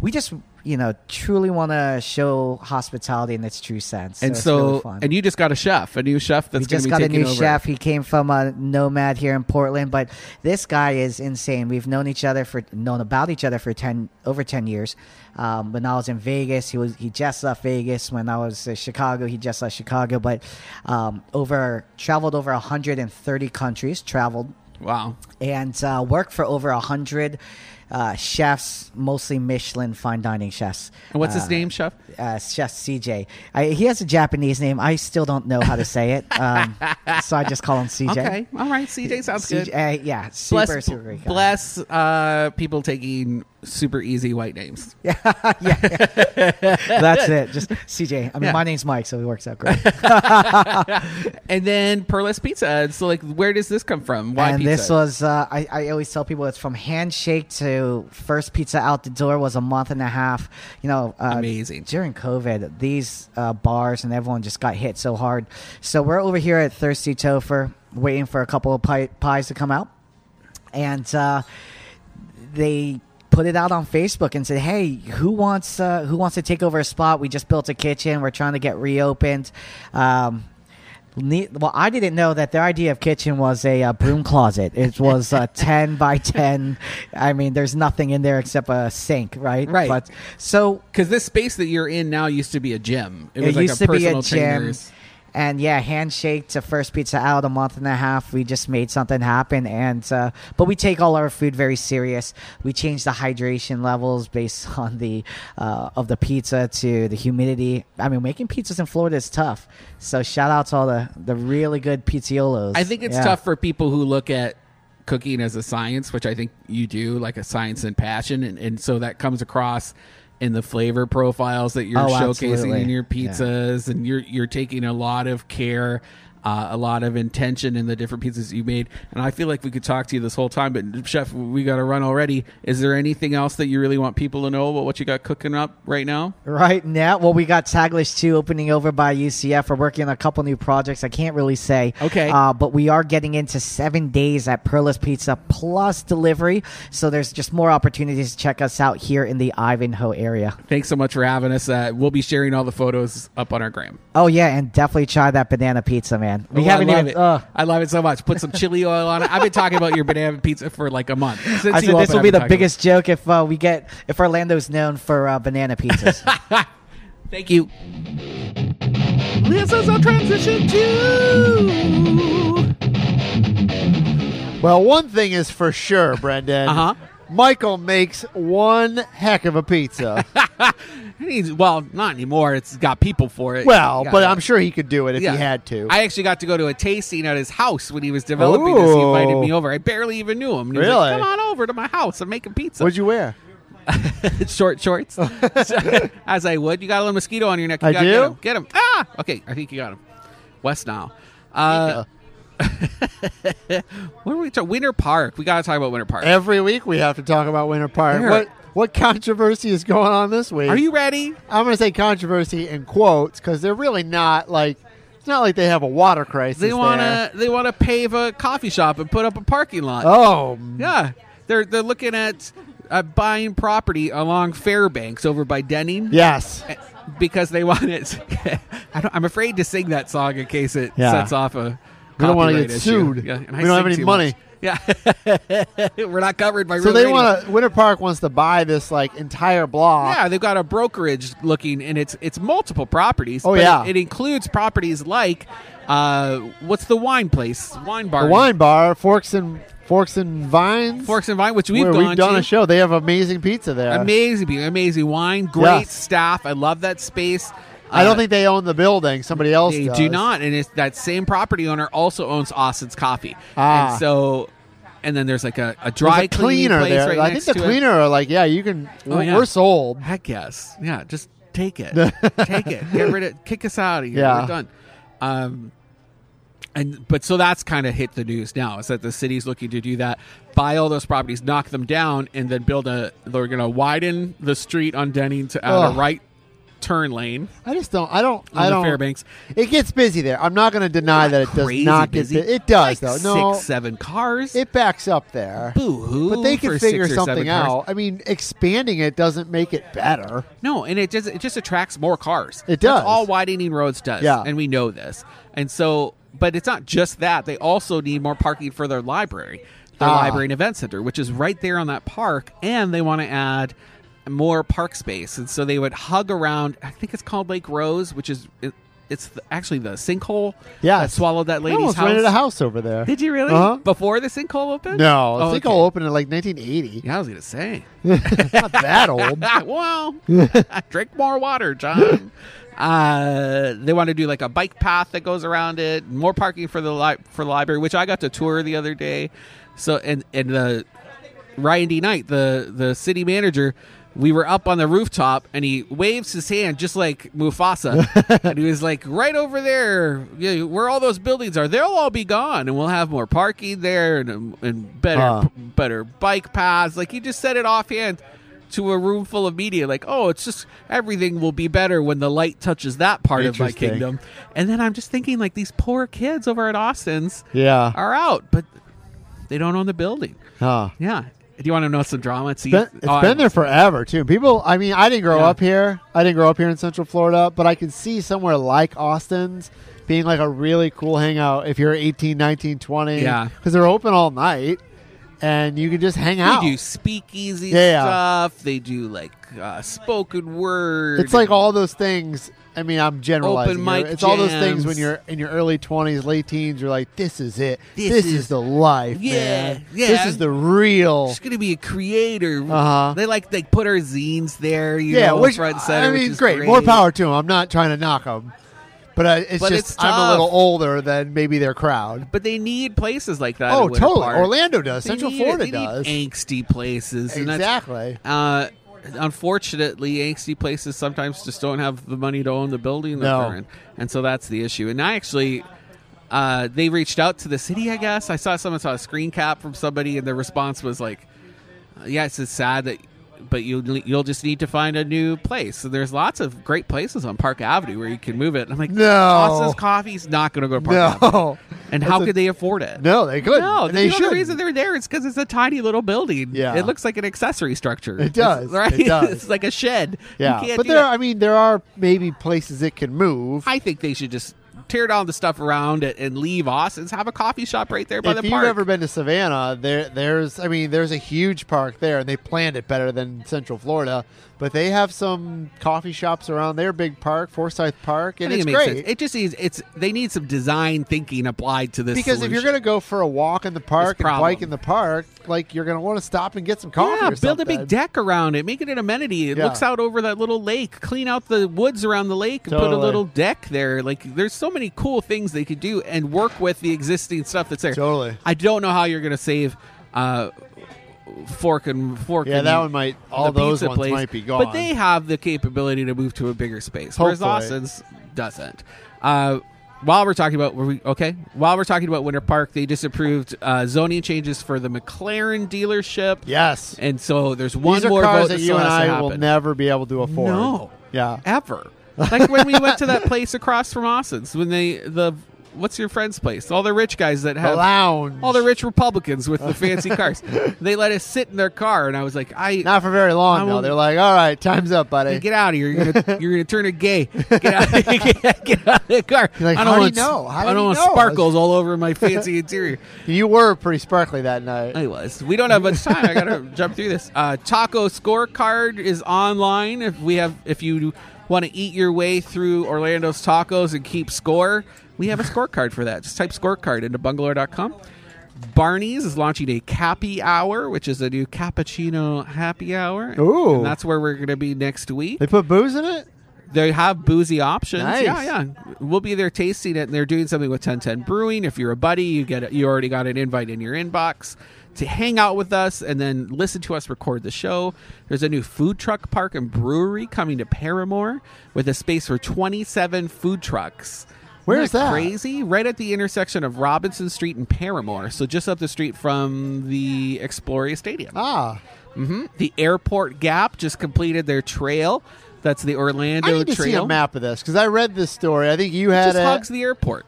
S5: we just you know truly want to show hospitality in its true sense.
S2: and
S5: it's
S2: so,
S5: really fun.
S2: and you just got a chef, a new chef that's going
S5: we
S2: to
S5: just
S2: be
S5: got a
S2: taking
S5: new
S2: over.
S5: chef. He came from a nomad here in Portland, but this guy is insane. We've known each other for known about each other for ten over ten years. Um, when I was in Vegas, he was he just left Vegas. When I was in Chicago, he just left Chicago. But um, over traveled over 130 countries. Traveled
S2: Wow,
S5: and uh, worked for over a hundred uh, chefs, mostly Michelin fine dining chefs.
S2: and what's
S5: Uh,
S2: his name, chef?
S5: Uh, Chef CJ. I, he has a Japanese name. I still don't know how to say it, um, so I just call him CJ.
S2: Okay, all right, CJ sounds
S5: CJ,
S2: good.
S5: uh, yeah, super,
S2: Bless,
S5: super great guy.
S2: bless uh, people taking super easy white names.
S5: That's it. Just CJ. I mean,
S2: Yeah.
S5: my name's Mike, so it works out great.
S2: And then Perlis Pizza. And so, like, where does this come from? Why
S5: and
S2: pizza?
S5: this was uh, I, I always tell people it's from handshake to first pizza out the door was a month and a half you know uh,
S2: Amazing.
S5: during covid these uh, bars and everyone just got hit so hard so we're over here at thirsty topher waiting for a couple of pie, pies to come out and uh, they put it out on Facebook and said, "Hey, who wants uh, who wants to take over a spot? We just built a kitchen. We're trying to get reopened." Um, ne- well, I didn't know that their idea of kitchen was a uh, broom closet. It was uh, ten by ten. I mean, there's nothing in there except a sink, right?
S2: Right.
S5: But so
S2: Because this space that you're in now used to be a gym. It was
S5: it
S2: like
S5: used
S2: a
S5: to be
S2: personal
S5: a gym.
S2: trainer's.
S5: And yeah, handshake to first pizza out a month and a half. We just made something happen, and uh, but we take all our food very serious. We change the hydration levels based on the uh, of the pizza to the humidity. I mean, making pizzas in Florida is tough. So shout out to all the the really good pizzolos.
S2: I think it's
S5: Yeah.
S2: tough for people who look at cooking as a science, which I think you do, like a science and passion, and, and so that comes across in the flavor profiles that you're
S5: Oh,
S2: showcasing
S5: absolutely.
S2: in your
S5: Yeah.
S2: pizzas, and you're you're taking a lot of care. Uh, a lot of intention in the different pizzas you made, and I feel like we could talk to you this whole time. But chef, we got to run already. Is there anything else that you really want people to know about what you got cooking up right now?
S5: Right now, well, we got Taglish 2 opening over by UCF. We're working on a couple new projects. I can't really say.
S2: Okay.
S5: Uh, but we are getting into seven days at Perlis Pizza plus delivery. So there's just more opportunities to check us out here in the Ivanhoe area.
S2: Thanks so much for having us. Uh, we'll be sharing all the photos up on our gram.
S5: Oh, yeah. And definitely try that banana pizza, man.
S2: Oh,
S5: We haven't
S2: I love
S5: even.
S2: it.
S5: uh,
S2: I love it so much. Put some chili oil on it. I've been talking about your banana pizza for like a month. Since you
S5: I said this
S2: opened,
S5: will
S2: I've
S5: be
S2: been
S5: the
S2: talking
S5: biggest joke if uh, we get if Orlando's known for uh, banana pizzas.
S2: about it. Thank you. This is a transition to.
S1: Well, one thing is for sure, Brendan.
S2: Uh-huh.
S1: Michael makes one heck of a pizza.
S2: I need- Well, not anymore. It's got people for it.
S1: well,
S2: Yeah.
S1: but I'm sure he could do it if
S2: Yeah.
S1: he had to.
S2: I actually got to go to a tasting at his house when he was developing this. He
S1: Ooh.
S2: invited me over. I barely even knew him. He was like,
S1: Really?
S2: Come on over to my house. I'm making pizza.
S1: What'd you wear?
S2: short shorts, as I would. You got a little mosquito on your neck. You
S1: I
S2: gotta
S1: do?
S2: Get him. Ah, okay. I think you got him. West now. Uh, what are we talking? Winter Park. We got to talk about Winter Park.
S1: Every week we have to talk about Winter Park.
S2: There-
S1: What What controversy is going on this week?
S2: Are you ready?
S1: I'm going to say controversy in quotes because they're really not like. It's not like they have a water crisis.
S2: They want
S1: there.
S2: to they want to pave a coffee shop and put up a parking lot.
S1: Oh,
S2: Yeah, they're they're looking at uh, buying property along Fairbanks over by Denning.
S1: yes.
S2: Eh, because they want it. I don't, I'm afraid to sing that song in case it
S1: Yeah.
S2: sets off a.
S1: We don't wanna
S2: copyright
S1: get
S2: issue.
S1: sued.
S2: Yeah, and I
S1: We don't have
S2: sing
S1: any
S2: too
S1: money.
S2: much. Yeah, we're not covered by.
S1: So
S2: real
S1: they
S2: radio.
S1: want to. Winter Park wants to buy this like entire block.
S2: Yeah, they've got a brokerage looking, and it's it's multiple properties.
S1: Oh,
S2: but
S1: yeah.
S2: it, it includes properties like, uh, what's the wine place, wine bar,
S1: The wine bar, Forks and Forks and Vines.
S2: forks and vine, which we've
S1: where
S2: gone
S1: we've done
S2: to.
S1: a show. They have amazing pizza there.
S2: Amazing, people, amazing wine, great
S1: Yes.
S2: staff. I love that space.
S1: I don't
S2: Uh,
S1: think they own the building. Somebody else
S2: They
S1: does.
S2: do not, and it's that same property owner also owns Austin's Coffee,
S1: Ah.
S2: and so, and then there's like a, a
S1: There's
S2: dry
S1: a cleaner
S2: cleaning place
S1: there.
S2: right
S1: I think
S2: next
S1: the
S2: to it.
S1: cleaner are like, yeah, you can.
S2: Oh,
S1: we're,
S2: yeah.
S1: we're sold.
S2: Heck yes, yeah. Just take it, take it. Get rid of, kick us out of here.
S1: Yeah.
S2: We're done. Um, and but so that's kind of hit the news now is that the city's looking to do that, buy all those properties, knock them down, and then build a. They're going to widen the street on Denning to add
S1: Ugh.
S2: a right turn lane
S1: I just don't. I don't.
S2: on
S1: I
S2: the
S1: don't.
S2: Fairbanks.
S1: It gets busy there. I'm not going to deny that it does
S2: Crazy
S1: not
S2: busy.
S1: get. bu- It does
S2: Like
S1: though. No,
S2: six, seven cars.
S1: it backs up there.
S2: Boo hoo!
S1: But they
S2: for
S1: can
S2: six
S1: figure
S2: or seven
S1: something
S2: cars.
S1: out. I mean, expanding it doesn't make it better.
S2: No, and it just it just attracts more cars.
S1: It does.
S2: That's all widening roads does.
S1: Yeah.
S2: and we know this. And so, but it's not just that. They also need more parking for their library, their
S1: Ah.
S2: library and event center, which is right there on that park. And they want to add more park space, and so they would hug around. I think it's called Lake Rose, which is it, it's the, actually the sinkhole.
S1: Yeah,
S2: that swallowed that
S1: I
S2: lady's
S1: almost
S2: house.
S1: rented a house over there.
S2: Did you really?
S1: Uh-huh.
S2: Before the sinkhole opened?
S1: No, I
S2: Oh,
S1: think
S2: okay.
S1: I'll open it like 1980.
S2: Yeah, I was gonna say.
S1: Not that old.
S2: Ah, well, drink more water, John. Uh, they want to do like a bike path that goes around it, more parking for the li- for the library, which I got to tour the other day. So and and the Ryan D. Knight, the the city manager, we were up on the rooftop and he waves his hand just like Mufasa, and he was like, "Right over there, yeah, where all those buildings are, they'll all be gone, and we'll have more parking there and and better
S1: Huh.
S2: better bike paths." Like he just said it offhand to a room full of media, like, "Oh, it's just everything will be better when the light touches that part of my
S1: Interesting.
S2: kingdom." And then I'm just thinking, like, these poor kids over at Austin's
S1: Yeah.
S2: are out, but they don't own the building.
S1: Huh.
S2: Yeah. Do you want to know some drama? It's, e-
S1: Been, it's been there forever too. People, I mean, I didn't grow
S2: Yeah.
S1: up here. I didn't grow up here in Central Florida, but I can see somewhere like Austin's being like a really cool hangout if you're 18, 19, 20.
S2: Yeah.
S1: because they're open all night, and you can just hang out.
S2: They do speakeasy
S1: Yeah.
S2: stuff. They do like uh, spoken word.
S1: It's like all those things. I mean, I'm generalizing.
S2: Open
S1: here.
S2: mic
S1: it's all those things when
S2: jams.
S1: you're in your early 20s, late teens. You're like, this is it. This,
S2: This
S1: is,
S2: is-
S1: the life.
S2: Yeah,
S1: man.
S2: yeah.
S1: This is the real.
S2: She's gonna be a creator.
S1: Uh-huh.
S2: They like they put her zines there. You
S1: Yeah,
S2: know,
S1: which
S2: front and center,
S1: I
S2: which
S1: mean,
S2: is
S1: great.
S2: great.
S1: More power to them. I'm not trying to knock them, but uh, it's
S2: But
S1: just
S2: it's
S1: I'm
S2: tough.
S1: a little older than maybe their crowd.
S2: But they need places like that.
S1: Oh,
S2: in Winter
S1: totally.
S2: Park.
S1: Orlando does.
S2: They
S1: Central
S2: need it.
S1: Florida
S2: They need
S1: does.
S2: angsty places. And that's-
S1: Exactly.
S2: uh, unfortunately, angsty places sometimes just don't have the money to own the building that
S1: No.
S2: they're in, and so that's the issue. And I actually, uh, they reached out to the city. I guess I saw someone saw a screen cap from somebody, and the response was like, "Yes, it's sad that." But you you'll just need to find a new place. So there's lots of great places on Park Avenue where you can move it. And I'm like,
S1: No.
S2: Austin's Coffee's not going to go to Park Avenue.
S1: No,
S2: And how
S1: That's a-
S2: could they afford it?
S1: no, they couldn't.
S2: No,
S1: And
S2: the
S1: they
S2: only
S1: should.
S2: reason they're there is because it's a tiny little building.
S1: Yeah.
S2: it looks like an accessory structure.
S1: It does.
S2: It's- right?
S1: It does.
S2: it's like a shed. You
S1: yeah,
S2: can't
S1: but
S2: do
S1: there.
S2: that.
S1: I mean, there are maybe places it can move.
S2: I think they should just tear down the stuff around it and leave Austin's. Have a coffee shop right there by
S1: if
S2: the
S1: you've
S2: park.
S1: ever been to Savannah, there, there's. I mean, there's a huge park there, and they planned it better than Central Florida. But they have some coffee shops around their big park, Forsyth Park,
S2: I
S1: and
S2: think
S1: it's
S2: it makes
S1: great.
S2: sense. It just needs it's they need some design thinking applied to this
S1: because if you're
S2: solution.
S1: going to go for a walk in the park and
S2: problem.
S1: bike in the park, like you're going to want to stop and get some coffee.
S2: yeah,
S1: or
S2: build a
S1: something.
S2: big deck around it, make it an amenity. It
S1: Yeah.
S2: looks out over that little lake. Clean out the woods around the lake and put a
S1: Totally.
S2: little deck there. Like there's so many cool things they could do and work with the existing stuff that's there.
S1: Totally.
S2: I don't know how you're going to save uh, fork and fork.
S1: Yeah,
S2: and
S1: that one might- all
S2: the
S1: those
S2: pizza
S1: ones
S2: place,
S1: might be
S2: But
S1: gone.
S2: they have the capability to move to a bigger space, whereas
S1: Hopefully.
S2: Austin's doesn't. Uh, while we're talking about were we okay while we're talking about winter park they just approved uh, zoning changes for the mclaren dealership
S1: Yes.
S2: and so there's one
S1: These are
S2: more
S1: cars
S2: vote
S1: that
S2: that
S1: you
S2: still
S1: and
S2: has to
S1: I
S2: happen.
S1: will never be able to afford.
S2: No.
S1: Yeah.
S2: ever like when we went to that place across from austin's when they the what's your friend's place all the rich guys that
S1: The
S2: have
S1: lounge.
S2: all the rich republicans with the fancy cars they let us sit in their car and i was like i
S1: Not for very long,
S2: I
S1: though.
S2: will-
S1: They're like, all right, time's up, buddy.
S2: Get out of here! You're gonna, you're gonna turn a gay. Get out, get out of the car!
S1: You're like, "How
S2: I don't
S1: do
S2: want,
S1: you know? How
S2: I
S1: did
S2: don't
S1: you
S2: want
S1: know?"
S2: sparkles all over my fancy interior.
S1: you were pretty sparkly that night.
S2: I was. We don't have much time. I gotta jump through this. Uh, taco scorecard is online. If we have, if you want to eat your way through Orlando's tacos and keep score, we have a scorecard for that. Just type scorecard into bungalow.com. Barney's is launching a Cappy Hour, which is a new cappuccino happy hour.
S1: Ooh.
S2: and that's where we're going to be next week.
S1: They put booze in it?
S2: They have boozy options.
S1: Nice.
S2: Yeah, yeah. We'll be there tasting it, and they're doing something with 1010 Brewing. If you're a buddy, you get you already got an invite in your inbox to hang out with us and then listen to us record the show. There's a new food truck park and brewery coming to Paramore with a space for 27 food trucks.
S1: Where is
S2: Isn't
S1: that?
S2: Crazy, right at the intersection of Robinson Street and Paramore, so just up the street from the Exploria Stadium.
S1: Ah.
S2: hmm The Airport Gap just completed their trail. That's the Orlando
S1: I need to
S2: Trail
S1: see a map of this because I read this story. I think you had
S2: just
S1: it.
S2: hugs the airport.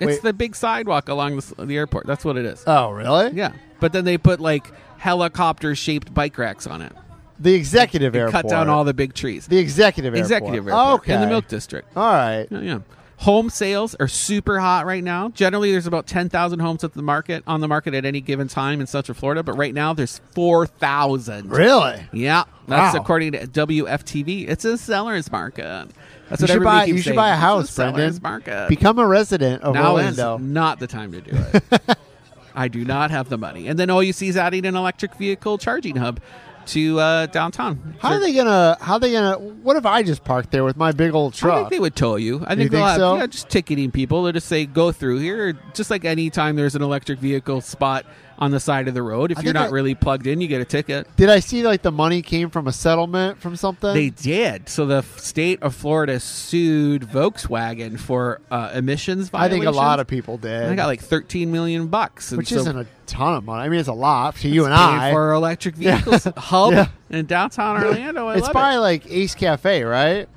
S2: It's
S1: Wait.
S2: the big sidewalk along the, s- the airport. That's what it is.
S1: oh, really?
S2: yeah, but then they put like helicopter shaped bike racks on it.
S1: The executive
S2: They
S1: airport.
S2: cut down all the big trees.
S1: the executive airport.
S2: executive airport
S1: Okay.
S2: in the Milk District.
S1: All right.
S2: Yeah, yeah. Home sales are super hot right now. Generally, there's about ten thousand homes at the market on the market at any given time in Central Florida, but right now there's four thousand.
S1: Really?
S2: Yeah, that's
S1: Wow.
S2: according to WFTV. It's a seller's market. That's
S1: You
S2: what
S1: should
S2: everybody
S1: buy.
S2: keeps
S1: You should
S2: saying.
S1: buy a
S2: It's
S1: house,
S2: seller's
S1: Brendan.
S2: market.
S1: Become a resident of
S2: now
S1: Orlando.
S2: is not the time to do it. I do not have the money. And then all you see is adding an electric vehicle charging hub to uh, downtown.
S1: How are they gonna? How are they gonna? What if I just parked there with my big old
S2: I think
S1: truck?
S2: they would tow you. I think
S1: You
S2: they'll
S1: think
S2: have
S1: so?
S2: yeah, just ticketing people. They'll just say go through here. Just like any time there's an electric vehicle spot on the side of the road. If
S1: I
S2: you're
S1: think
S2: not
S1: I-
S2: really plugged in, you get a ticket.
S1: Did I see like the money came from a settlement from something?
S2: They did. So the f- state of Florida sued Volkswagen for uh, emissions
S1: I
S2: violations.
S1: think a lot of people did,
S2: They got like 13 million bucks. And
S1: which
S2: so
S1: isn't a ton of money. I mean, it's a lot to you and
S2: paying
S1: I.
S2: for our electric vehicles hub
S1: Yeah.
S2: in downtown Orlando. I
S1: it's
S2: love
S1: by
S2: it.
S1: like Ace Cafe, right?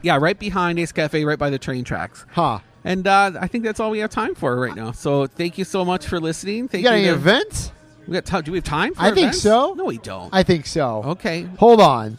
S2: Yeah, right behind Ace Cafe, right by the train tracks.
S1: Huh.
S2: And uh, I think that's all we have time for right now. So thank you so much for listening. Thank
S1: You
S2: you.
S1: got any
S2: to-
S1: events?
S2: We got time. Do we have time? for
S1: I think
S2: events?
S1: so.
S2: No, we don't.
S1: I think so.
S2: Oh. okay.
S1: Hold on.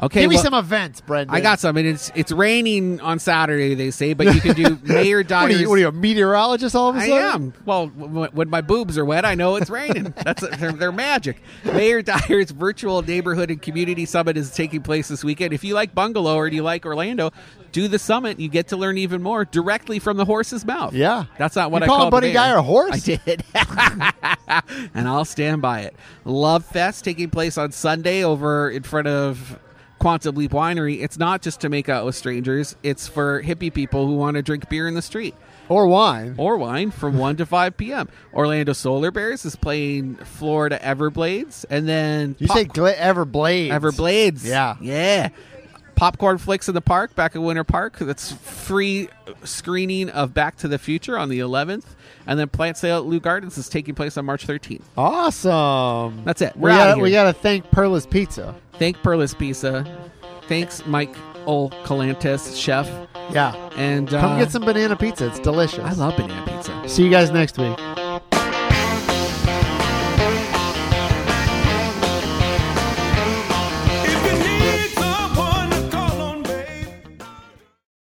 S2: Okay.
S1: Give me
S2: well,
S1: some events, Brendan.
S2: I got some, and it's it's raining on Saturday. They say, but you can do Mayor
S1: What are,
S2: Dyer's.
S1: you, what are you, a meteorologist all of a
S2: I
S1: sudden?
S2: am. Well, w- when my boobs are wet, I know it's raining. That's they're, they're magic. Mayor Dyer's virtual neighborhood and community summit is taking place this weekend. If you like Bungalow or you like Orlando, do the summit. You get to learn even more directly from the horse's mouth.
S1: Yeah.
S2: that's not what
S1: You
S2: I
S1: calling
S2: called
S1: Buddy
S2: the mayor.
S1: Dyer a horse?
S2: I did, and I'll stand by it. Love Fest taking place on Sunday over in front of. Quantum Leap Winery, it's not just to make out with strangers, it's for hippie people who want to drink beer in the street
S1: Or wine.
S2: or wine from 1 to 5 p.m. Orlando Solar Bears is playing Florida Everblades. And then
S1: you
S2: Pop-
S1: say gla- Everblades.
S2: Everblades.
S1: Yeah.
S2: Yeah. Popcorn Flicks in the Park, back at Winter Park. That's free screening of Back to the Future on the 11th. And then Plant Sale at Lou Gardens is taking place on March 13th.
S1: Awesome.
S2: That's it. We're
S1: we
S2: outta
S1: gotta-
S2: here.
S1: we got to thank Perla's Pizza.
S2: Thank Perlis Pizza. Thanks, Mike Ol Calantis, chef.
S1: Yeah.
S2: And uh,
S1: Come get some banana pizza. It's delicious.
S2: I love banana pizza.
S1: See you guys next week.